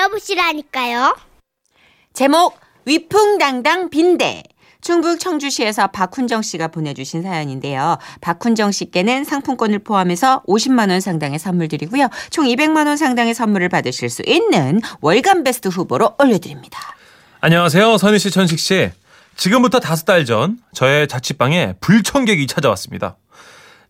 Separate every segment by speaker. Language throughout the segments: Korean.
Speaker 1: 만나보시라니까요.
Speaker 2: 제목 위풍당당 빈대 충북 청주시에서 박훈정 씨가 보내주신 사연인데요. 박훈정 씨께는 상품권을 포함해서 50만 원 상당의 선물 드리고요. 총 200만 원 상당의 선물을 받으실 수 있는 월간 베스트 후보로 올려드립니다.
Speaker 3: 안녕하세요. 선희 씨, 천식 씨. 지금부터 다섯 달 전 저의 자취방에 불청객이 찾아왔습니다.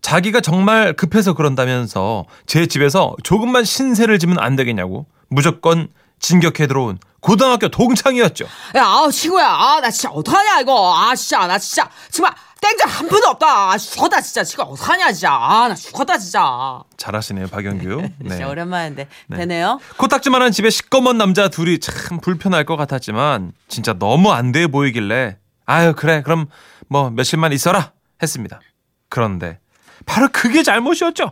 Speaker 3: 자기가 정말 급해서 그런다면서 제 집에서 조금만 신세를 지면 안 되겠냐고 무조건 진격해 들어온 고등학교 동창이었죠.
Speaker 4: 야, 아우, 친구야. 아, 나 진짜 어떡하냐, 이거. 아, 진짜, 나 진짜. 정말, 땡전 한 푼도 없다. 아, 죽었다, 진짜. 친구 어떡하냐, 진짜. 아, 나 죽었다, 진짜.
Speaker 3: 잘하시네요, 박영규.
Speaker 2: 진짜
Speaker 3: 네.
Speaker 2: 오랜만인데 되네요.
Speaker 3: 코딱지만한 집에 시꺼먼 남자 둘이 참 불편할 것 같았지만 진짜 너무 안 돼 보이길래 아유 그래 그럼 뭐 며칠만 있어라 했습니다. 그런데 바로 그게 잘못이었죠.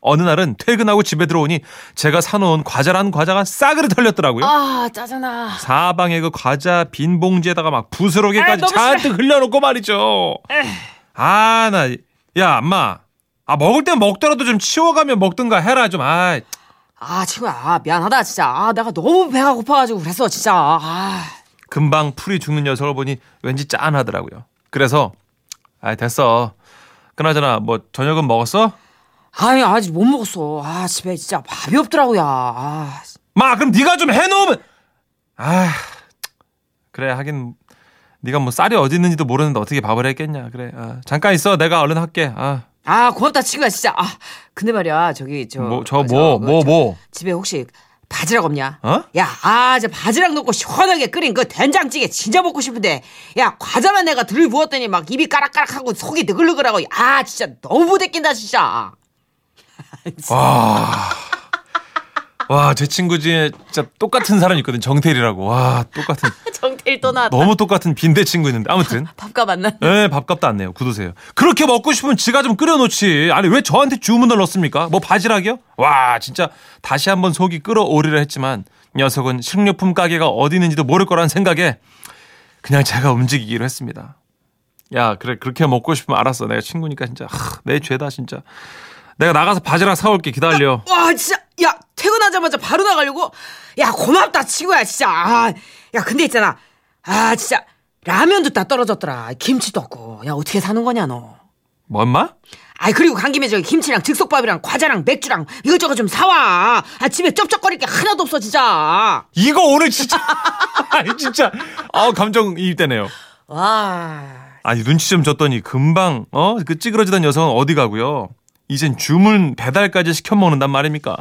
Speaker 3: 어느 날은 퇴근하고 집에 들어오니 제가 사놓은 과자라는 과자가 싸그리 털렸더라고요.
Speaker 4: 아, 짜증나.
Speaker 3: 사방에 그 과자 빈 봉지에다가 막
Speaker 4: 아,
Speaker 3: 부스러기까지
Speaker 4: 너무 싫어.
Speaker 3: 잔뜩 흘려놓고 말이죠. 아, 나, 야, 엄마. 아, 먹을 땐 먹더라도 좀 치워가며 먹든가 해라, 좀. 아이.
Speaker 4: 아, 친구야. 아, 미안하다, 진짜. 아, 내가 너무 배가 고파가지고 그랬어, 진짜. 아,
Speaker 3: 금방 풀이 죽는 녀석을 보니 왠지 짠하더라고요. 그래서 아 됐어. 그나저나 뭐 저녁은 먹었어?
Speaker 4: 아니, 아직 못 먹었어. 아, 집에 진짜 밥이 없더라고요. 아,
Speaker 3: 마 그럼 네가 좀 해놓으면 아 그래 하긴 네가 뭐 쌀이 어디 있는지도 모르는데 어떻게 밥을 했겠냐 그래 아, 잠깐 있어 내가 얼른 할게
Speaker 4: 아, 고맙다, 친구야, 진짜. 아, 근데 말이야, 저기, 저.
Speaker 3: 아 뭐 저
Speaker 4: 저,
Speaker 3: 뭐
Speaker 4: 그,
Speaker 3: 뭐 뭐
Speaker 4: 저, 집에 혹시 바지락 없냐?
Speaker 3: 어?
Speaker 4: 야, 아, 저 바지락 넣고 시원하게 끓인 그 된장찌개 진짜 먹고 싶은데, 야, 과자만 내가 들 부었더니 막 입이 까락까락하고 속이 느글느글하고, 아, 진짜 너무 부대낀다, 진짜.
Speaker 3: 와 제 친구 중에 진짜 똑같은 사람이 있거든 정태일이라고 와 똑같은
Speaker 4: 정태일 떠나
Speaker 3: 너무 똑같은 빈대 친구 있는데 아무튼
Speaker 4: 밥값 안 나.
Speaker 3: 예, 밥값도 안 내요. 굳으세요. 그렇게 먹고 싶으면 지가 좀 끓여놓지. 아니, 왜 저한테 주문을 넣습니까? 뭐 바지락이요? 와, 진짜 다시 한번 속이 끓어오리라 했지만 녀석은 식료품 가게가 어디 있는지도 모를 거란 생각에 그냥 제가 움직이기로 했습니다. 야, 그래, 그렇게 먹고 싶으면 알았어. 내가 친구니까 진짜. 하, 내 죄다, 진짜. 내가 나가서 바지락 사올게. 기다려.
Speaker 4: 와, 진짜, 야, 퇴근하자마자 바로 나가려고? 야, 고맙다, 친구야, 진짜. 아, 야, 근데 있잖아. 아, 진짜, 라면도 다 떨어졌더라. 김치도 없고. 야, 어떻게 사는 거냐, 너.
Speaker 3: 뭔 말?
Speaker 4: 아이 그리고 간 김에 저기 김치랑 즉석밥이랑 과자랑 맥주랑 이것저것 좀 사와. 아 집에 쩝쩝거릴 게 하나도 없어 진짜.
Speaker 3: 이거 오늘 진짜. 아니, 진짜. 아, 감정이입되네요.
Speaker 4: 와.
Speaker 3: 아니 눈치 좀 줬더니 금방 어 그 찌그러지던 녀석은 어디 가고요. 이젠 주문 배달까지 시켜 먹는단 말입니까?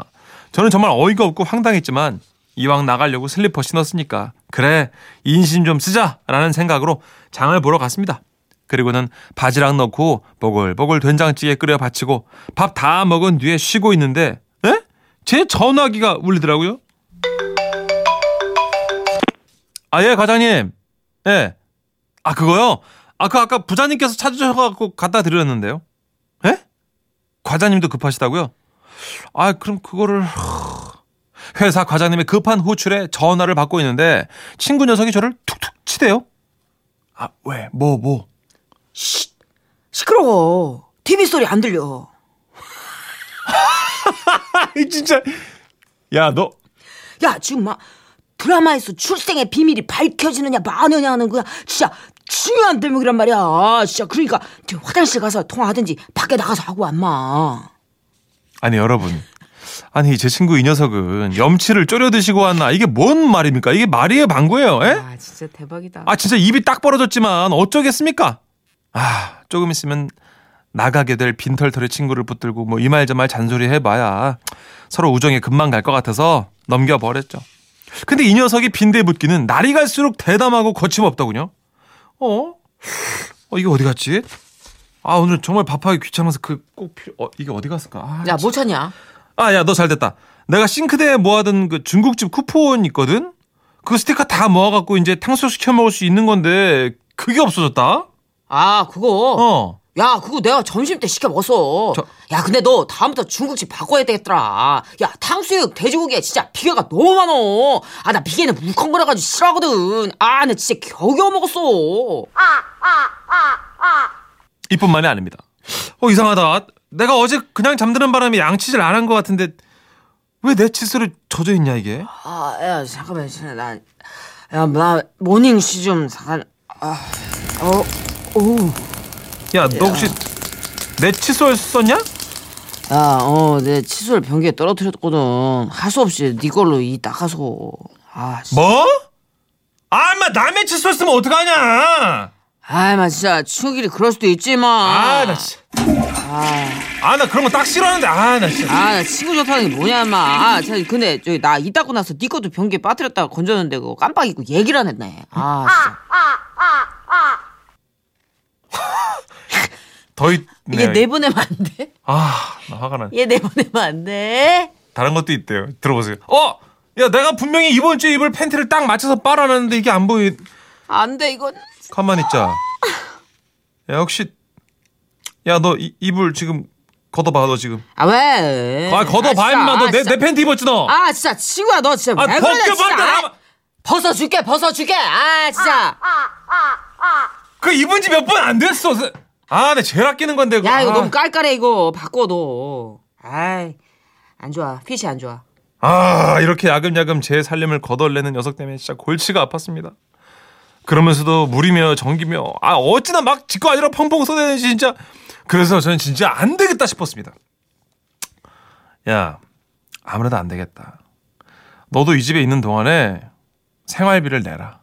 Speaker 3: 저는 정말 어이가 없고 황당했지만 이왕 나가려고 슬리퍼 신었으니까 그래 인심 좀 쓰자라는 생각으로 장을 보러 갔습니다. 그리고는 바지락 넣고 보글보글 된장찌개 끓여 바치고 밥 다 먹은 뒤에 쉬고 있는데 에? 제 전화기가 울리더라고요. 아 예 과장님 예 아 그거요? 아 그 아까 부자님께서 찾으셔갖고 갖다 드렸는데요. 에? 과장님도 급하시다고요? 아 그럼 그거를 회사 과장님의 급한 호출에 전화를 받고 있는데 친구 녀석이 저를 툭툭 치대요. 아 왜 뭐 뭐
Speaker 4: 시끄러워. TV 소리 안 들려.
Speaker 3: 진짜 야 너
Speaker 4: 야 지금 막 드라마에서 출생의 비밀이 밝혀지느냐 마느냐 하는 거야. 진짜 중요한 대목이란 말이야. 진짜 그러니까 지금 화장실 가서 통화하든지 밖에 나가서 하고 안마.
Speaker 3: 아니 여러분 아니 제 친구 이 녀석은 염치를 쪼려 드시고 왔나 이게 뭔 말입니까? 이게 말이에요 방구예요? 에?
Speaker 4: 아 진짜 대박이다.
Speaker 3: 아 진짜 입이 딱 벌어졌지만 어쩌겠습니까? 아 조금 있으면 나가게 될 빈털털의 친구를 붙들고 뭐 이 말 저 말 잔소리 해봐야 서로 우정에 금방 갈 것 같아서 넘겨버렸죠. 근데 이 녀석이 빈대 붙기는 날이 갈수록 대담하고 거침없더군요. 어? 어 이게 어디 갔지? 아 오늘 정말 밥하기 귀찮아서 그 꼭 필요 어 이게 어디 갔을까? 아,
Speaker 4: 야 뭐 찾냐?
Speaker 3: 아, 야, 너 잘 됐다. 내가 싱크대에 모아둔 그 중국집 쿠폰 있거든? 그 스티커 다 모아갖고 이제 탕수육 시켜 먹을 수 있는 건데, 그게 없어졌다?
Speaker 4: 아 그거.
Speaker 3: 어.
Speaker 4: 야, 그거 내가 점심 때 시켜 먹었어.
Speaker 3: 저-
Speaker 4: 야, 근데 너 다음부터 중국집 바꿔야 되겠더라. 야, 탕수육, 돼지고기에 진짜 비계가 너무 많어. 아, 나 비계는 물컹거려가지고 싫어하거든. 아, 나 진짜 겨우겨우 먹었어.
Speaker 3: 이뿐만이 아닙니다. 어, 이상하다. 내가 어제 그냥 잠드는 바람에 양치질 안 한 것 같은데, 왜 내 칫솔에 젖어 있냐 이게?
Speaker 4: 아, 야, 잠깐만, 진짜 나, 야, 나 모닝 시좀 잠깐, 아, 어, 오,
Speaker 3: 야 너 혹시 내 칫솔 썼냐?
Speaker 4: 야, 어, 내 칫솔 변기에 떨어뜨렸거든. 할 수 없이 네 걸로 이 나가서, 아, 씨.
Speaker 3: 뭐? 아, 인마 남의 칫솔 쓰면 어떡하냐?
Speaker 4: 아이, 마, 진짜 추억일이 그럴 수도 있지만,
Speaker 3: 아, 나 진짜. 아, 나 그런 거 딱 싫어하는데. 아, 나 진짜.
Speaker 4: 아, 나 친구 좋다는 게 뭐냐, 인마. 아, 참, 근데, 저기, 나 이따고 나서 네 것도 변기에 빠뜨렸다가 건졌는데, 그거 깜빡 잊고 얘기를 안 했네. 아, 진짜.
Speaker 3: 더 있네.
Speaker 2: 이게 내보내면 안 돼?
Speaker 3: 아, 나 화가 나.
Speaker 2: 얘 내보내면 안 돼?
Speaker 3: 다른 것도 있대요. 들어보세요. 어, 야, 내가 분명히 이번 주에 입을 팬티를 딱 맞춰서 빨아놨는데 이게 안 보이.
Speaker 2: 안 돼 이건.
Speaker 3: 가만 있자. 야, 혹시 야, 너 이, 이불 지금 걷어봐, 너 지금.
Speaker 4: 아, 왜?
Speaker 3: 아, 걷어봐,
Speaker 4: 진짜.
Speaker 3: 임마.
Speaker 4: 아,
Speaker 3: 너내
Speaker 4: 진짜.
Speaker 3: 내 팬티 입었지 너.
Speaker 4: 아 진짜 친구야 너 진짜
Speaker 3: 아,
Speaker 4: 왜 그래
Speaker 3: 벗겨,
Speaker 4: 진짜
Speaker 3: 벗겨,
Speaker 4: 아이,
Speaker 3: 나와.
Speaker 4: 벗어줄게 벗어줄게 아 진짜
Speaker 3: 그 입은 지 몇 번 안 됐어. 아, 내 제일 아끼는 건데. 그거.
Speaker 4: 야 이거
Speaker 3: 아.
Speaker 4: 너무 깔깔해 이거 바꿔 너 아이 안 좋아 핏이 안 좋아
Speaker 3: 아 이렇게 야금야금 제 살림을 거덜내는 녀석 때문에 진짜 골치가 아팠습니다. 그러면서도 물이며 전기며 아 어찌나 막 짓거 아니라 펑펑 쏟아내는지 진짜 그래서 저는 진짜 안 되겠다 싶었습니다. 야 아무래도 안 되겠다. 너도 이 집에 있는 동안에 생활비를 내라.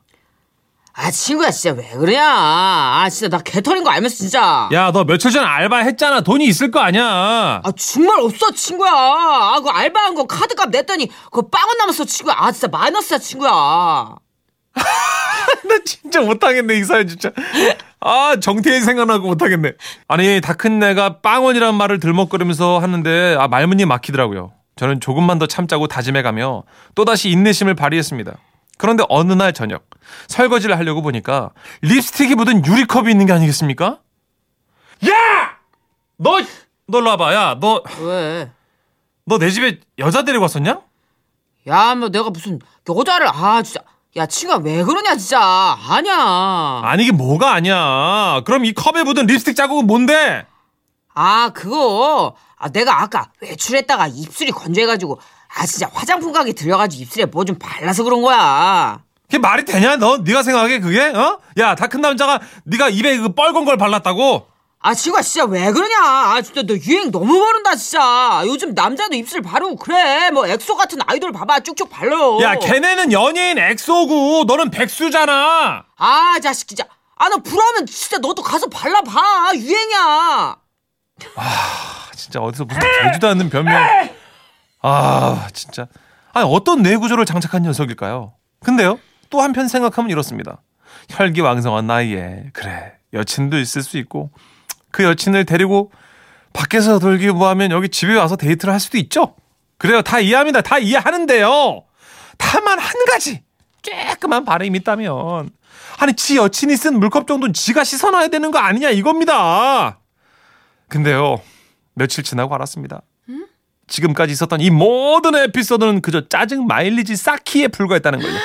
Speaker 4: 아 친구야 진짜 왜 그러냐 아 진짜 나 개털인 거 알면서 진짜
Speaker 3: 야 너 며칠 전 알바 했잖아. 돈이 있을 거 아니야.
Speaker 4: 아 정말 없어 친구야 아그 알바한 거 카드값 냈더니 그거 빵원 남았어 친구야 아 진짜 마이너스야 친구야
Speaker 3: 나 진짜 못하겠네 이 사연 진짜 아 정태인 생각나고 못하겠네 아니 다 큰 내가 빵원이란 말을 들먹거리면서 하는데 아 말문이 막히더라고요 저는 조금만 더 참자고 다짐해가며 또다시 인내심을 발휘했습니다 그런데 어느 날 저녁 설거지를 하려고 보니까 립스틱이 묻은 유리컵이 있는 게 아니겠습니까? 야! 너! 너 일로 와봐 야 너 너 내
Speaker 4: 왜
Speaker 3: 집에 여자 데리고 왔었냐?
Speaker 4: 야, 뭐 내가 무슨 여자를 아 진짜 야 친구야 왜 그러냐 진짜 아니야
Speaker 3: 아니 이게 뭐가 아니야 그럼 이 컵에 묻은 립스틱 자국은 뭔데?
Speaker 4: 아 그거 아, 내가 아까 외출했다가 입술이 건조해가지고 아 진짜 화장품 가게 들려가지고 입술에 뭐 좀 발라서 그런 거야
Speaker 3: 그게 말이 되냐 너? 네가 생각하기에 그게? 어? 야 다 큰 남자가 네가 입에 그 뻘건 걸 발랐다고?
Speaker 4: 아 친구야 진짜 왜 그러냐 아 진짜 너 유행 너무 모른다 진짜 요즘 남자도 입술 바르고 그래 뭐 엑소 같은 아이돌 봐봐 쭉쭉 발라요
Speaker 3: 야 걔네는 연예인 엑소고 너는 백수잖아
Speaker 4: 아 자식 진짜 아 너 부러우면 진짜 너도 가서 발라봐 유행이야
Speaker 3: 아, 진짜 어디서 무슨 되지도 않는 변명 아 진짜 아니 어떤 뇌 구조를 장착한 녀석일까요? 근데요 또 한편 생각하면 이렇습니다 혈기왕성한 나이에 그래 여친도 있을 수 있고 그 여친을 데리고 밖에서 돌기 뭐하면 여기 집에 와서 데이트를 할 수도 있죠. 그래요. 다 이해합니다. 다 이해하는데요. 다만 한 가지 깨끗한 바람이 있다면 아니 지 여친이 쓴 물컵 정도는 지가 씻어놔야 되는 거 아니냐 이겁니다. 근데요 며칠 지나고 알았습니다. 지금까지 있었던 이 모든 에피소드는 그저 짜증 마일리지 쌓기에 불과했다는 거예요.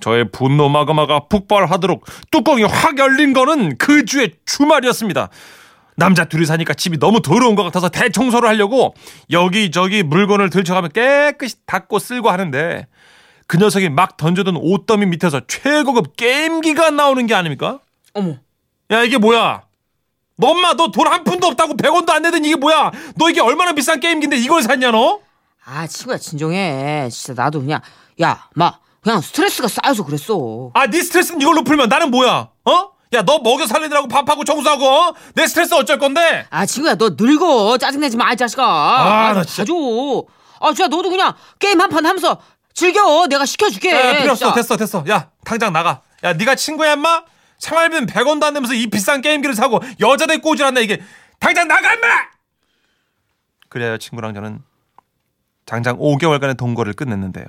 Speaker 3: 저의 분노 마그마가 폭발하도록 뚜껑이 확 열린 거는 그 주의 주말이었습니다. 남자 둘이 사니까 집이 너무 더러운 것 같아서 대청소를 하려고 여기저기 물건을 들쳐가며 깨끗이 닦고 쓸고 하는데 그 녀석이 막 던져둔 옷더미 밑에서 최고급 게임기가 나오는 게 아닙니까?
Speaker 4: 어머
Speaker 3: 야 이게 뭐야? 너 엄마 너 돈 한 푼도 없다고 100원도 안 내던 이게 뭐야? 너 이게 얼마나 비싼 게임기인데 이걸 샀냐 너?
Speaker 4: 아, 친구야, 진정해. 진짜 나도 그냥, 야, 막, 그냥 스트레스가 쌓여서 그랬어.
Speaker 3: 아 네 스트레스는 이걸로 풀면 나는 뭐야? 어? 야 너 먹여 살리느라고 밥하고 청소하고 어? 내 스트레스 어쩔 건데?
Speaker 4: 아, 친구야, 너 늙어. 짜증내지 마, 이 자식아.
Speaker 3: 아, 나 진짜.
Speaker 4: 가줘. 아, 진짜 너도 그냥 게임 한 판 하면서 즐겨. 내가 시켜줄게.
Speaker 3: 야, 야, 아, 필요 없어
Speaker 4: 예, 진짜.
Speaker 3: 됐어 됐어 야 당장 나가 야 네가 친구야 인마? 생활비는 100원도 안 내면서 이 비싼 게임기를 사고 여자들 꼬질한다 이게 당장 나가 인마! 그래야 친구랑 저는 장장 5개월간의 동거를 끝냈는데요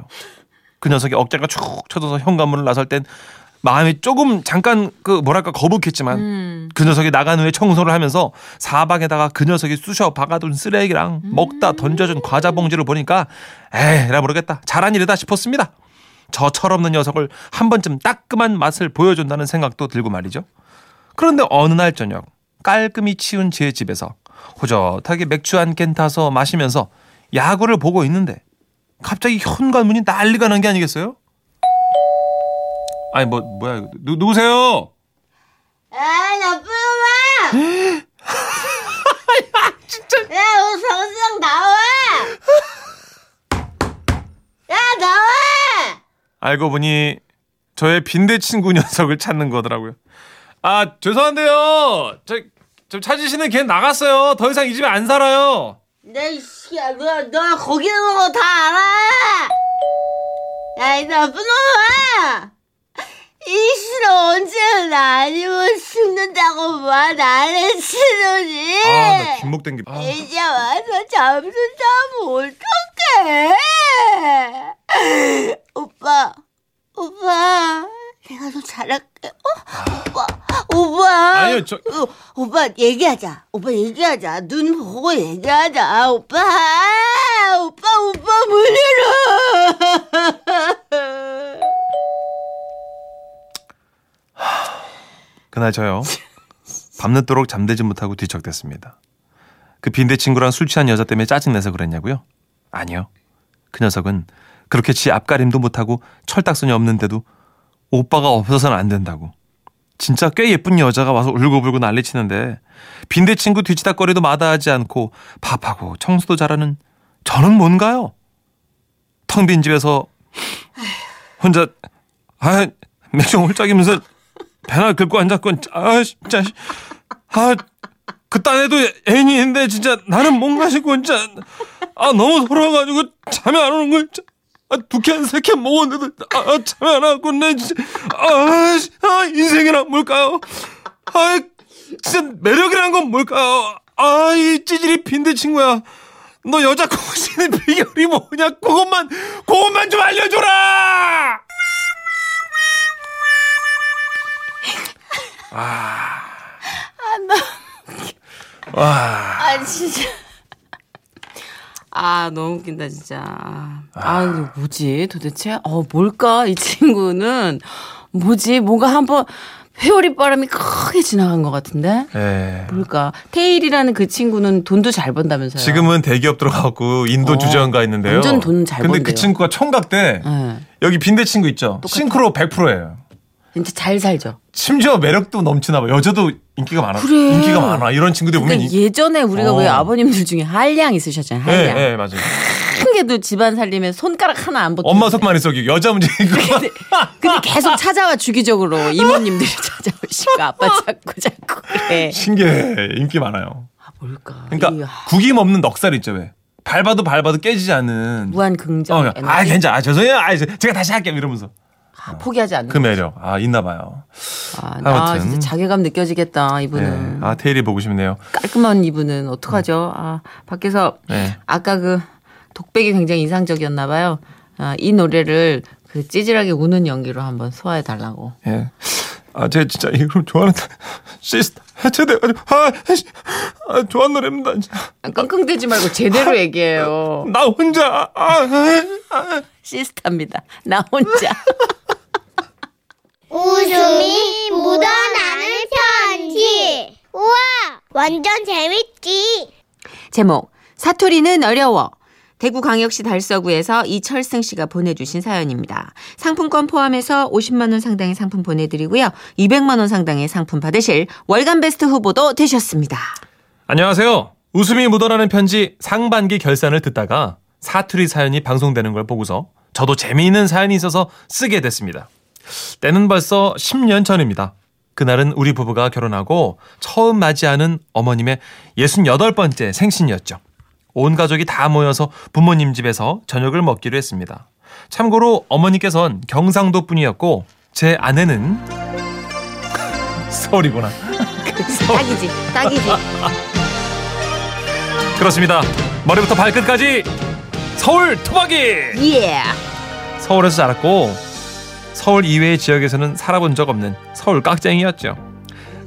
Speaker 3: 그 녀석이 어깨가 축 쳐져서 현관문을 나설 땐 마음이 조금 잠깐 그 뭐랄까 거북했지만 그 녀석이 나간 후에 청소를 하면서 사방에다가 그 녀석이 쑤셔 박아둔 쓰레기랑 먹다 던져준 과자 봉지를 보니까 에이라 모르겠다 잘한 일이다 싶었습니다. 저 철없는 녀석을 한 번쯤 따끔한 맛을 보여준다는 생각도 들고 말이죠. 그런데 어느 날 저녁 깔끔히 치운 제 집에서 호젓하게 맥주 한 캔 타서 마시면서 야구를 보고 있는데 갑자기 현관문이 난리가 난 게 아니겠어요? 아니 뭐 뭐야 이거. 누, 누구세요?
Speaker 1: 아, 나쁘구만! 진짜. 야, 우리 정수영 나와! 야, 나와!
Speaker 3: 알고 보니 저의 빈대 친구 녀석을 찾는 거더라고요. 아 죄송한데요. 저 좀 찾으시는 걔 나갔어요. 더 이상 이 집에 안 살아요.
Speaker 1: 내 씨야, 너, 너 거기 있는 거 다 알아! 야, 이 나쁜 놈아! 이 씨는 언제 나 아니면 죽는다고 말 안해 치더니! 네.
Speaker 3: 아나 뒷목 땡기. 아,
Speaker 1: 이제 와서 잠수 자면 어떡해? 오빠, 오빠, 내가 너 잘할게. 어? 오빠, 오빠.
Speaker 3: 아니요, 저-
Speaker 1: 어, 오빠 얘기하자. 오빠 얘기하자. 눈 보고 얘기하자. 오빠, 오빠, 오빠 문 열어.
Speaker 3: 그날 저요 밤늦도록 잠들지 못하고 뒤척댔습니다. 그 빈대 친구랑 술 취한 여자 때문에 짜증내서 그랬냐고요? 아니요. 그 녀석은 그렇게 지 앞가림도 못하고 철딱선이 없는데도 오빠가 없어서는 안 된다고. 진짜 꽤 예쁜 여자가 와서 울고불고 난리치는데 빈대 친구 뒤치다거리도 마다하지 않고 밥하고 청소도 잘하는 저는 뭔가요? 텅 빈 집에서 혼자 아 맥주 홀짝이면서 배나 긁고 앉았건 아 진짜 아 그딴 애도 애인이 있는데 진짜 나는 뭔가 싶고 진짜 아 너무 서러워가지고 잠이 안 오는 거야 진짜. 아, 두캔세캔 먹었는데 아, 아 잠이 안 왔고 내 진짜 아, 씨, 아 인생이란 뭘까요 아 진짜 매력이란 건 뭘까요 아 이 찌질이 빈대 친구야 너 여자 꼬시는 비결이 뭐냐 그것만 그것만 좀 알려줘라 와
Speaker 5: 아 진짜. 아 너무 웃긴다 진짜. 아,
Speaker 4: 아, 이거 뭐지? 도대체? 어, 뭘까? 이 친구는 뭐지? 뭔가 한번 회오리 바람이 크게 지나간 것 같은데?
Speaker 3: 예.
Speaker 4: 뭘까? 테일이라는 그 친구는 돈도 잘 번다면서요?
Speaker 3: 지금은 대기업 들어가고 인도
Speaker 4: 어,
Speaker 3: 주재원가 있는데요.
Speaker 4: 완전 돈잘
Speaker 3: 근데 그
Speaker 4: 번대요.
Speaker 3: 친구가 총각 때
Speaker 4: 예.
Speaker 3: 여기 빈대 친구 있죠. 싱크로 100%예요.
Speaker 4: 진짜 잘 살죠.
Speaker 3: 심지어 매력도 넘치나 봐. 여자도 인기가 많아.
Speaker 4: 그래.
Speaker 3: 인기가 많아. 이런 친구들 보면
Speaker 4: 그러니까
Speaker 3: 인-
Speaker 4: 예전에 우리가
Speaker 3: 어.
Speaker 4: 왜 아버님들 중에 한량 있으셨잖아요.
Speaker 3: 예,
Speaker 4: 한량.
Speaker 3: 예, 맞아요.
Speaker 4: 큰 게도 집안 살림에 손가락 하나 안 벗고.
Speaker 3: 엄마 속 많이 썩이고 여자 문제 이거.
Speaker 4: 근데 계속 찾아와 주기적으로 이모님들이 찾아오시고 아빠 찾고 자꾸 그래.
Speaker 3: 신기해. 인기 많아요.
Speaker 4: 아, 뭘까?
Speaker 3: 그러니까
Speaker 4: 이야,
Speaker 3: 구김 없는 넉살 있죠, 왜? 밟아도 밟아도 깨지지 않는.
Speaker 4: 무한
Speaker 3: 어,
Speaker 4: 긍정. 에너지.
Speaker 3: 아, 괜찮아. 아, 죄송해요. 아, 이제 제가 다시 할게요. 이러면서.
Speaker 4: 아, 포기하지 않는.
Speaker 3: 그 매력. 아, 있나 봐요.
Speaker 4: 아, 나
Speaker 3: 아무튼.
Speaker 4: 진짜 자괴감 느껴지겠다
Speaker 3: 예.
Speaker 4: 이분은
Speaker 3: 아, 테일이 보고 싶네요.
Speaker 4: 깔끔한 이분은 어떡하죠? 아 밖에서
Speaker 3: 음. 네.
Speaker 4: 아까 그 독백이 굉장히 인상적이었나 봐요. 아, 이 노래를 그 찌질하게 우는 연기로 한번 소화해 달라고.
Speaker 3: 예. 아, 제가 진짜 이걸 좋아하는 시스타 해체돼가지고 아, 씨. 아, 좋아하는 노래입니다. 진짜.
Speaker 4: 끙끙대지 말고 제대로 얘기해요.
Speaker 3: 나 혼자 아, 아, 아.
Speaker 4: 시스타입니다. 나 혼자.
Speaker 6: 웃음이 묻어나는 편지. 우와, 완전 재밌지.
Speaker 5: 제목 사투리는 어려워. 대구광역시 달서구에서 이철승 씨가 보내주신 사연입니다. 상품권 포함해서 50만 원 상당의 상품 보내드리고요. 200만 원 상당의 상품 받으실 월간 베스트 후보도 되셨습니다.
Speaker 3: 안녕하세요. 웃음이 묻어나는 편지 상반기 결산을 듣다가 사투리 사연이 방송되는 걸 보고서 저도 재미있는 사연이 있어서 쓰게 됐습니다. 때는 벌써 10년 전입니다. 그날은 우리 부부가 결혼하고 처음 맞이하는 어머님의 68번째 생신이었죠. 온 가족이 다 모여서 부모님 집에서 저녁을 먹기로 했습니다. 참고로 어머니께선 경상도 분이었고 제 아내는 서울이구나.
Speaker 5: 딱이지, 딱이지.
Speaker 3: 그렇습니다. 머리부터 발끝까지 서울 토박이!
Speaker 5: 예.
Speaker 3: 서울에서 자랐고 서울 이외의 지역에서는 살아본 적 없는 서울 깍쟁이였죠.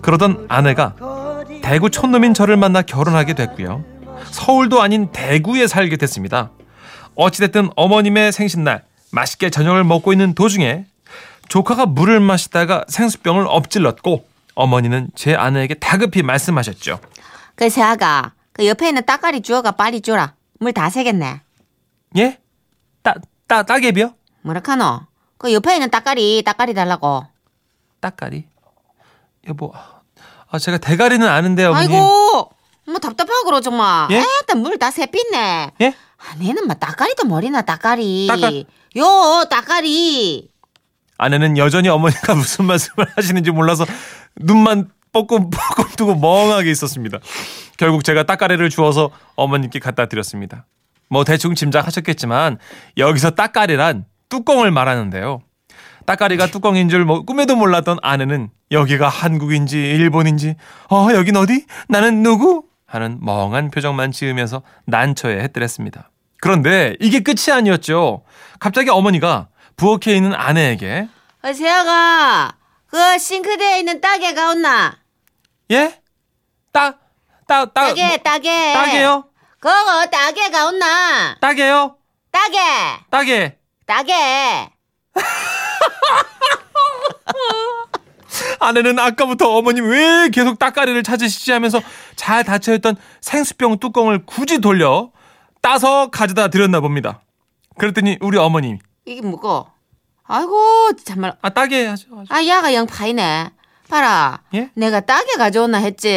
Speaker 3: 그러던 아내가 대구 촌놈인 저를 만나 결혼하게 됐고요. 서울도 아닌 대구에 살게 됐습니다. 어찌됐든 어머님의 생신날 맛있게 저녁을 먹고 있는 도중에 조카가 물을 마시다가 생수병을 엎질렀고 어머니는 제 아내에게 다급히 말씀하셨죠.
Speaker 5: 그 세아가 그 옆에 있는 따까리 주어가 빨리 줘라. 물 다 새겠네.
Speaker 3: 예? 따, 따, 따개비요?
Speaker 4: 뭐라카노? 그 옆에 있는 따까리, 따까리 달라고.
Speaker 3: 따까리? 여보, 아, 제가 대가리는 아는데, 어머님.
Speaker 4: 아이고, 뭐 답답하고 정말.
Speaker 3: 예?
Speaker 4: 에따 물다 새빛네.
Speaker 3: 예?
Speaker 4: 아, 내는 뭐 따까리도 머리나 따까리.
Speaker 3: 따까-
Speaker 4: 요 따까리.
Speaker 3: 아내는 여전히 어머니가 무슨 말씀을 하시는지 몰라서 눈만 뻐끔뻐끔 두고 멍하게 있었습니다. 결국 제가 따까리를 주워서 어머님께 갖다 드렸습니다. 뭐 대충 짐작하셨겠지만 여기서 따까리란 뚜껑을 말하는데요. 따까리가 뚜껑인 줄 뭐 꿈에도 몰랐던 아내는 여기가 한국인지 일본인지 어 여긴 어디 나는 누구 하는 멍한 표정만 지으면서 난처해 했더랬습니다. 그런데 이게 끝이 아니었죠. 갑자기 어머니가 부엌에 있는 아내에게
Speaker 4: 어, 세아가 그 싱크대에 있는 따개가 온나?
Speaker 3: 예? 따, 따, 따,
Speaker 4: 따개,
Speaker 3: 뭐,
Speaker 4: 따개.
Speaker 3: 따개요?
Speaker 4: 그거 따개가 온나?
Speaker 3: 따개요?
Speaker 4: 따개,
Speaker 3: 따개.
Speaker 4: 따개.
Speaker 3: 아내는 아까부터 어머님 왜 계속 따까리를 찾으시지 하면서 잘 닫혀있던 생수병 뚜껑을 굳이 돌려 따서 가져다 드렸나 봅니다. 그랬더니 우리 어머님
Speaker 4: 이게 뭐고? 아이고 정말
Speaker 3: 아 따개 하죠. 하죠.
Speaker 4: 아 야가 영 파이네. 봐라.
Speaker 3: 예?
Speaker 4: 내가 따개 가져오나 했지.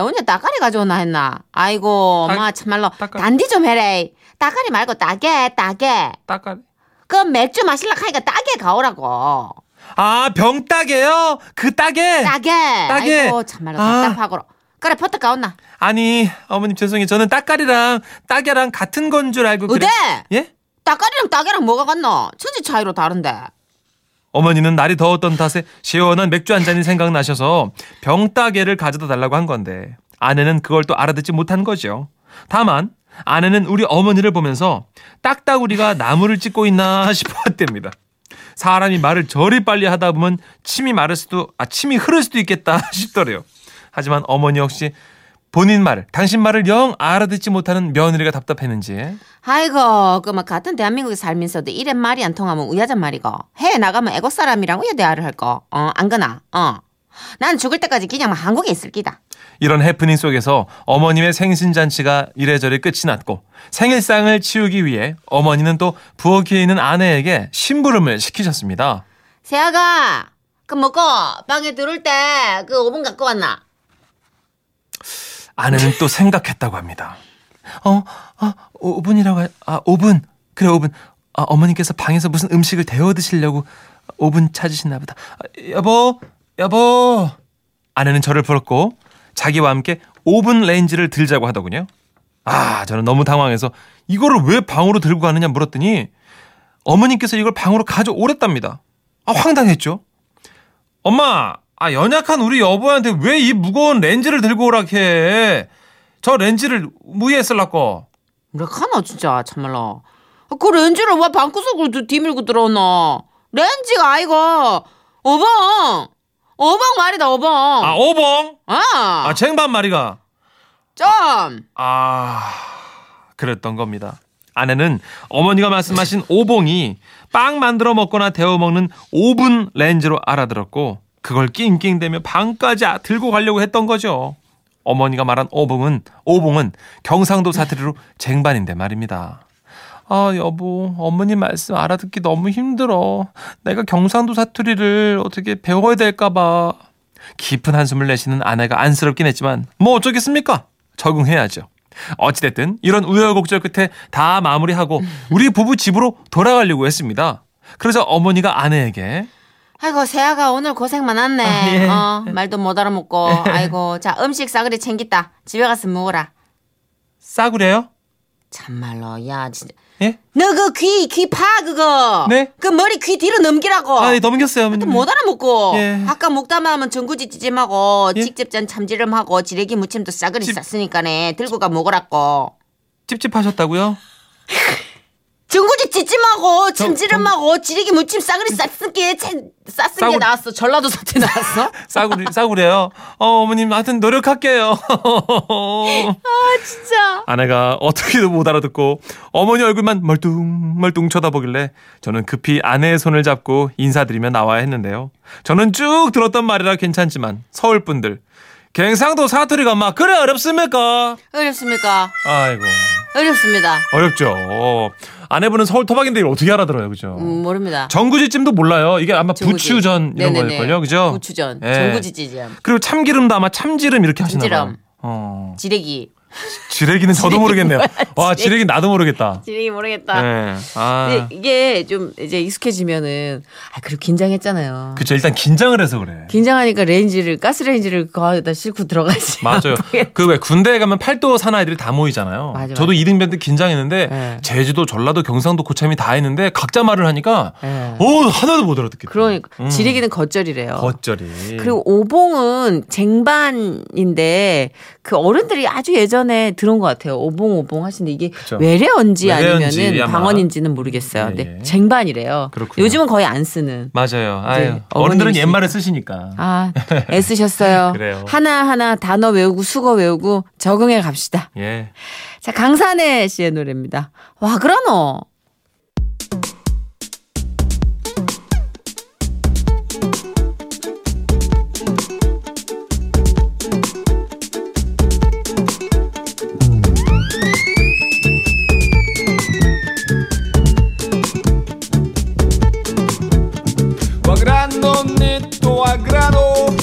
Speaker 4: 언제 따까리 가져오나 했나? 아이고
Speaker 3: 따-
Speaker 4: 엄마 참말로
Speaker 3: 따까-
Speaker 4: 단디 좀 해래. 따까리 말고 따개 따개.
Speaker 3: 따까리.
Speaker 4: 그 맥주 마실라 하니까 따개 가오라고.
Speaker 3: 아 병따개요? 그 따개?
Speaker 4: 따개.
Speaker 3: 따개.
Speaker 4: 아이고 참말로
Speaker 3: 아.
Speaker 4: 답답하고. 그래 퍼뜩 가온나.
Speaker 3: 아니 어머님 죄송해요. 저는 따까리랑 따개랑 같은 건 줄 알고
Speaker 4: 어데
Speaker 3: 예?
Speaker 4: 따까리랑 따개랑 뭐가 같노? 천지 차이로 다른데.
Speaker 3: 어머니는 날이 더웠던 탓에 시원한 맥주 한 잔이 생각나셔서 병따개를 가져다 달라고 한 건데 아내는 그걸 또 알아듣지 못한 거죠. 다만 아내는 우리 어머니를 보면서 딱따구리가 나무를 찢고 있나 싶었답니다. 사람이 말을 저리 빨리 하다 보면 침이 마를 수도 아 침이 흐를 수도 있겠다 싶더래요. 하지만 어머니 역시 본인 말을 당신 말을 영 알아듣지 못하는 며느리가 답답했는지
Speaker 4: 아이고 그 막 같은 대한민국에 살면서도 이런 말이 안 통하면 우야잔 말이고 해외 나가면 애국 사람이랑 우야 대화를 할거 어 안거나 어 난 죽을 때까지 그냥 막 한국에 있을 기다
Speaker 3: 이런 해프닝 속에서 어머님의 생신잔치가 이래저래 끝이 났고 생일상을 치우기 위해 어머니는 또 부엌에 있는 아내에게 심부름을 시키셨습니다.
Speaker 4: 세아가 그 먹고 방에 들어올 때 그 오븐 갖고 왔나
Speaker 3: 아내는 또 생각했다고 합니다. 어, 아, 5분이라고, 하, 아, 5분. 그래, 5분. 아, 어머님께서 방에서 무슨 음식을 데워 드시려고 5분 찾으시나 보다. 아, 여보, 여보. 아내는 저를 부렀고 자기와 함께 5분 레인지를 들자고 하더군요. 아, 저는 너무 당황해서 이거를 왜 방으로 들고 가느냐 물었더니 어머님께서 이걸 방으로 가져오랬답니다. 아, 황당했죠. 엄마, 아 연약한 우리 여보한테 왜 이 무거운 렌즈를 들고 오라 해? 저 렌즈를 무의에 쓸라고.
Speaker 4: 뭐라카나 진짜 참말로 그 렌즈를 왜 방구석으로 두- 뒤밀고 들어오노 렌즈가 아이고 오븐 오븐 말이다 오븐
Speaker 3: 아 오봉. 아
Speaker 4: 아,
Speaker 3: 쟁반 말이가.
Speaker 4: 좀
Speaker 3: 아 그랬던 겁니다. 아내는 어머니가 말씀하신 오봉이 빵 만들어 먹거나 데워 먹는 오븐 렌즈로 알아들었고 그걸 낑낑대며 방까지 아- 들고 가려고 했던 거죠. 어머니가 말한 오봉은 오봉은 경상도 사투리로 쟁반인데 말입니다. 아 여보 어머니 말씀 알아듣기 너무 힘들어 내가 경상도 사투리를 어떻게 배워야 될까봐 깊은 한숨을 내쉬는 아내가 안쓰럽긴 했지만 뭐 어쩌겠습니까 적응해야죠 어찌됐든 이런 우여곡절 끝에 다 마무리하고 우리 부부 집으로 돌아가려고 했습니다 그래서 어머니가 아내에게
Speaker 4: 아이고 세아가 오늘 고생 많았네.
Speaker 3: 아, 예.
Speaker 4: 어, 말도 못 알아먹고. 아이고 자 음식 싸그리 챙겼다. 집에 가서 먹어라.
Speaker 3: 싸구려요?
Speaker 4: 참말로 야 진짜.
Speaker 3: 예?
Speaker 4: 너 그 귀 귀 파 그거.
Speaker 3: 네?
Speaker 4: 그 머리 귀 뒤로 넘기라고.
Speaker 3: 아 예,
Speaker 4: 또
Speaker 3: 넘겼어요 어머님
Speaker 4: 못 알아먹고
Speaker 3: 예.
Speaker 4: 아까 먹다만 하면 전구지 찌짐하고
Speaker 3: 예?
Speaker 4: 직접전 참지름하고 지레기 무침도 싸그리
Speaker 3: 집-
Speaker 4: 쌌으니까네 들고 가 먹으라고
Speaker 3: 찝찝하셨다고요?
Speaker 4: 전구지 찌짐하고
Speaker 3: 저-
Speaker 4: 참지름하고 지레기 무침 싸그리 쌌은 게 채- 쌌은 게
Speaker 3: 싸구려-
Speaker 4: 나왔어 전라도 사태 나왔어
Speaker 3: 싸구려, 싸구려요? 어 어머님 하여튼 노력할게요
Speaker 4: 진짜
Speaker 3: 아내가 어떻게도 못 알아듣고 어머니 얼굴만 멀뚱멀뚱 쳐다보길래 저는 급히 아내의 손을 잡고 인사드리며 나와야 했는데요. 저는 쭉 들었던 말이라 괜찮지만 서울 분들 경상도 사투리가 막 그래 어렵습니까?
Speaker 4: 어렵습니까
Speaker 3: 아이고
Speaker 4: 어렵습니다.
Speaker 3: 어렵죠. 어, 아내분은 서울 토박인데 이걸 어떻게 알아들어요, 그죠?
Speaker 4: 음, 모릅니다.
Speaker 3: 전구지찜도 몰라요. 이게 아마
Speaker 4: 전구지.
Speaker 3: 부추전 이런
Speaker 4: 네네네.
Speaker 3: 거일걸요, 그죠?
Speaker 4: 부추전,
Speaker 3: 예.
Speaker 4: 전구지지전,
Speaker 3: 그리고 참기름도 아마 참지름 이렇게 하시나 봐요.
Speaker 4: 참지름.
Speaker 3: 어.
Speaker 4: 지레기.
Speaker 3: 지레기는 저도 모르겠네요. 와, 지레기 나도 모르겠다.
Speaker 4: 지레기 모르겠다.
Speaker 3: 예. 아.
Speaker 4: 근데 이게 좀 이제 익숙해지면은 아 그리고 긴장했잖아요.
Speaker 3: 그쵸, 일단 긴장을 해서 그래.
Speaker 4: 긴장하니까 레인지를 가스레인지를 거기다 싣고 들어가지.
Speaker 3: 맞아요. 그 왜 군대에 가면 팔도 사나이들이 다 모이잖아요.
Speaker 4: 맞아, 맞아.
Speaker 3: 저도 이등병 때 긴장했는데
Speaker 4: 네.
Speaker 3: 제주도, 전라도, 경상도, 고참이 다 했는데 각자 말을 하니까
Speaker 4: 네.
Speaker 3: 어 하나도 못 알아듣겠다.
Speaker 4: 그러니까
Speaker 3: 음.
Speaker 4: 지레기는 겉절이래요.
Speaker 3: 겉절이.
Speaker 4: 그리고 오봉은 쟁반인데 그 어른들이 아주 예전에 들은 것 같아요. 오봉 오봉 하시는데 이게
Speaker 3: 그쵸.
Speaker 4: 외래어인지
Speaker 3: 외래어인지
Speaker 4: 아니면은
Speaker 3: 아마.
Speaker 4: 방언인지는 모르겠어요.
Speaker 3: 예,
Speaker 4: 근데
Speaker 3: 예.
Speaker 4: 쟁반이래요.
Speaker 3: 그렇군요.
Speaker 4: 요즘은 거의 안 쓰는.
Speaker 3: 맞아요. 아유,
Speaker 4: 이제
Speaker 3: 어른들은
Speaker 4: 어머님이시니까.
Speaker 3: 옛말을 쓰시니까.
Speaker 4: 아 애쓰셨어요.
Speaker 3: 그래요.
Speaker 4: 하나 하나 단어 외우고 수거 외우고 적응해 갑시다.
Speaker 3: 예.
Speaker 4: 자 강산의 씨의 노래입니다. 와 그러노.
Speaker 7: Guagrano netto a grano,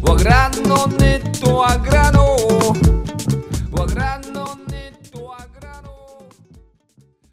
Speaker 7: guagrano netto a grano,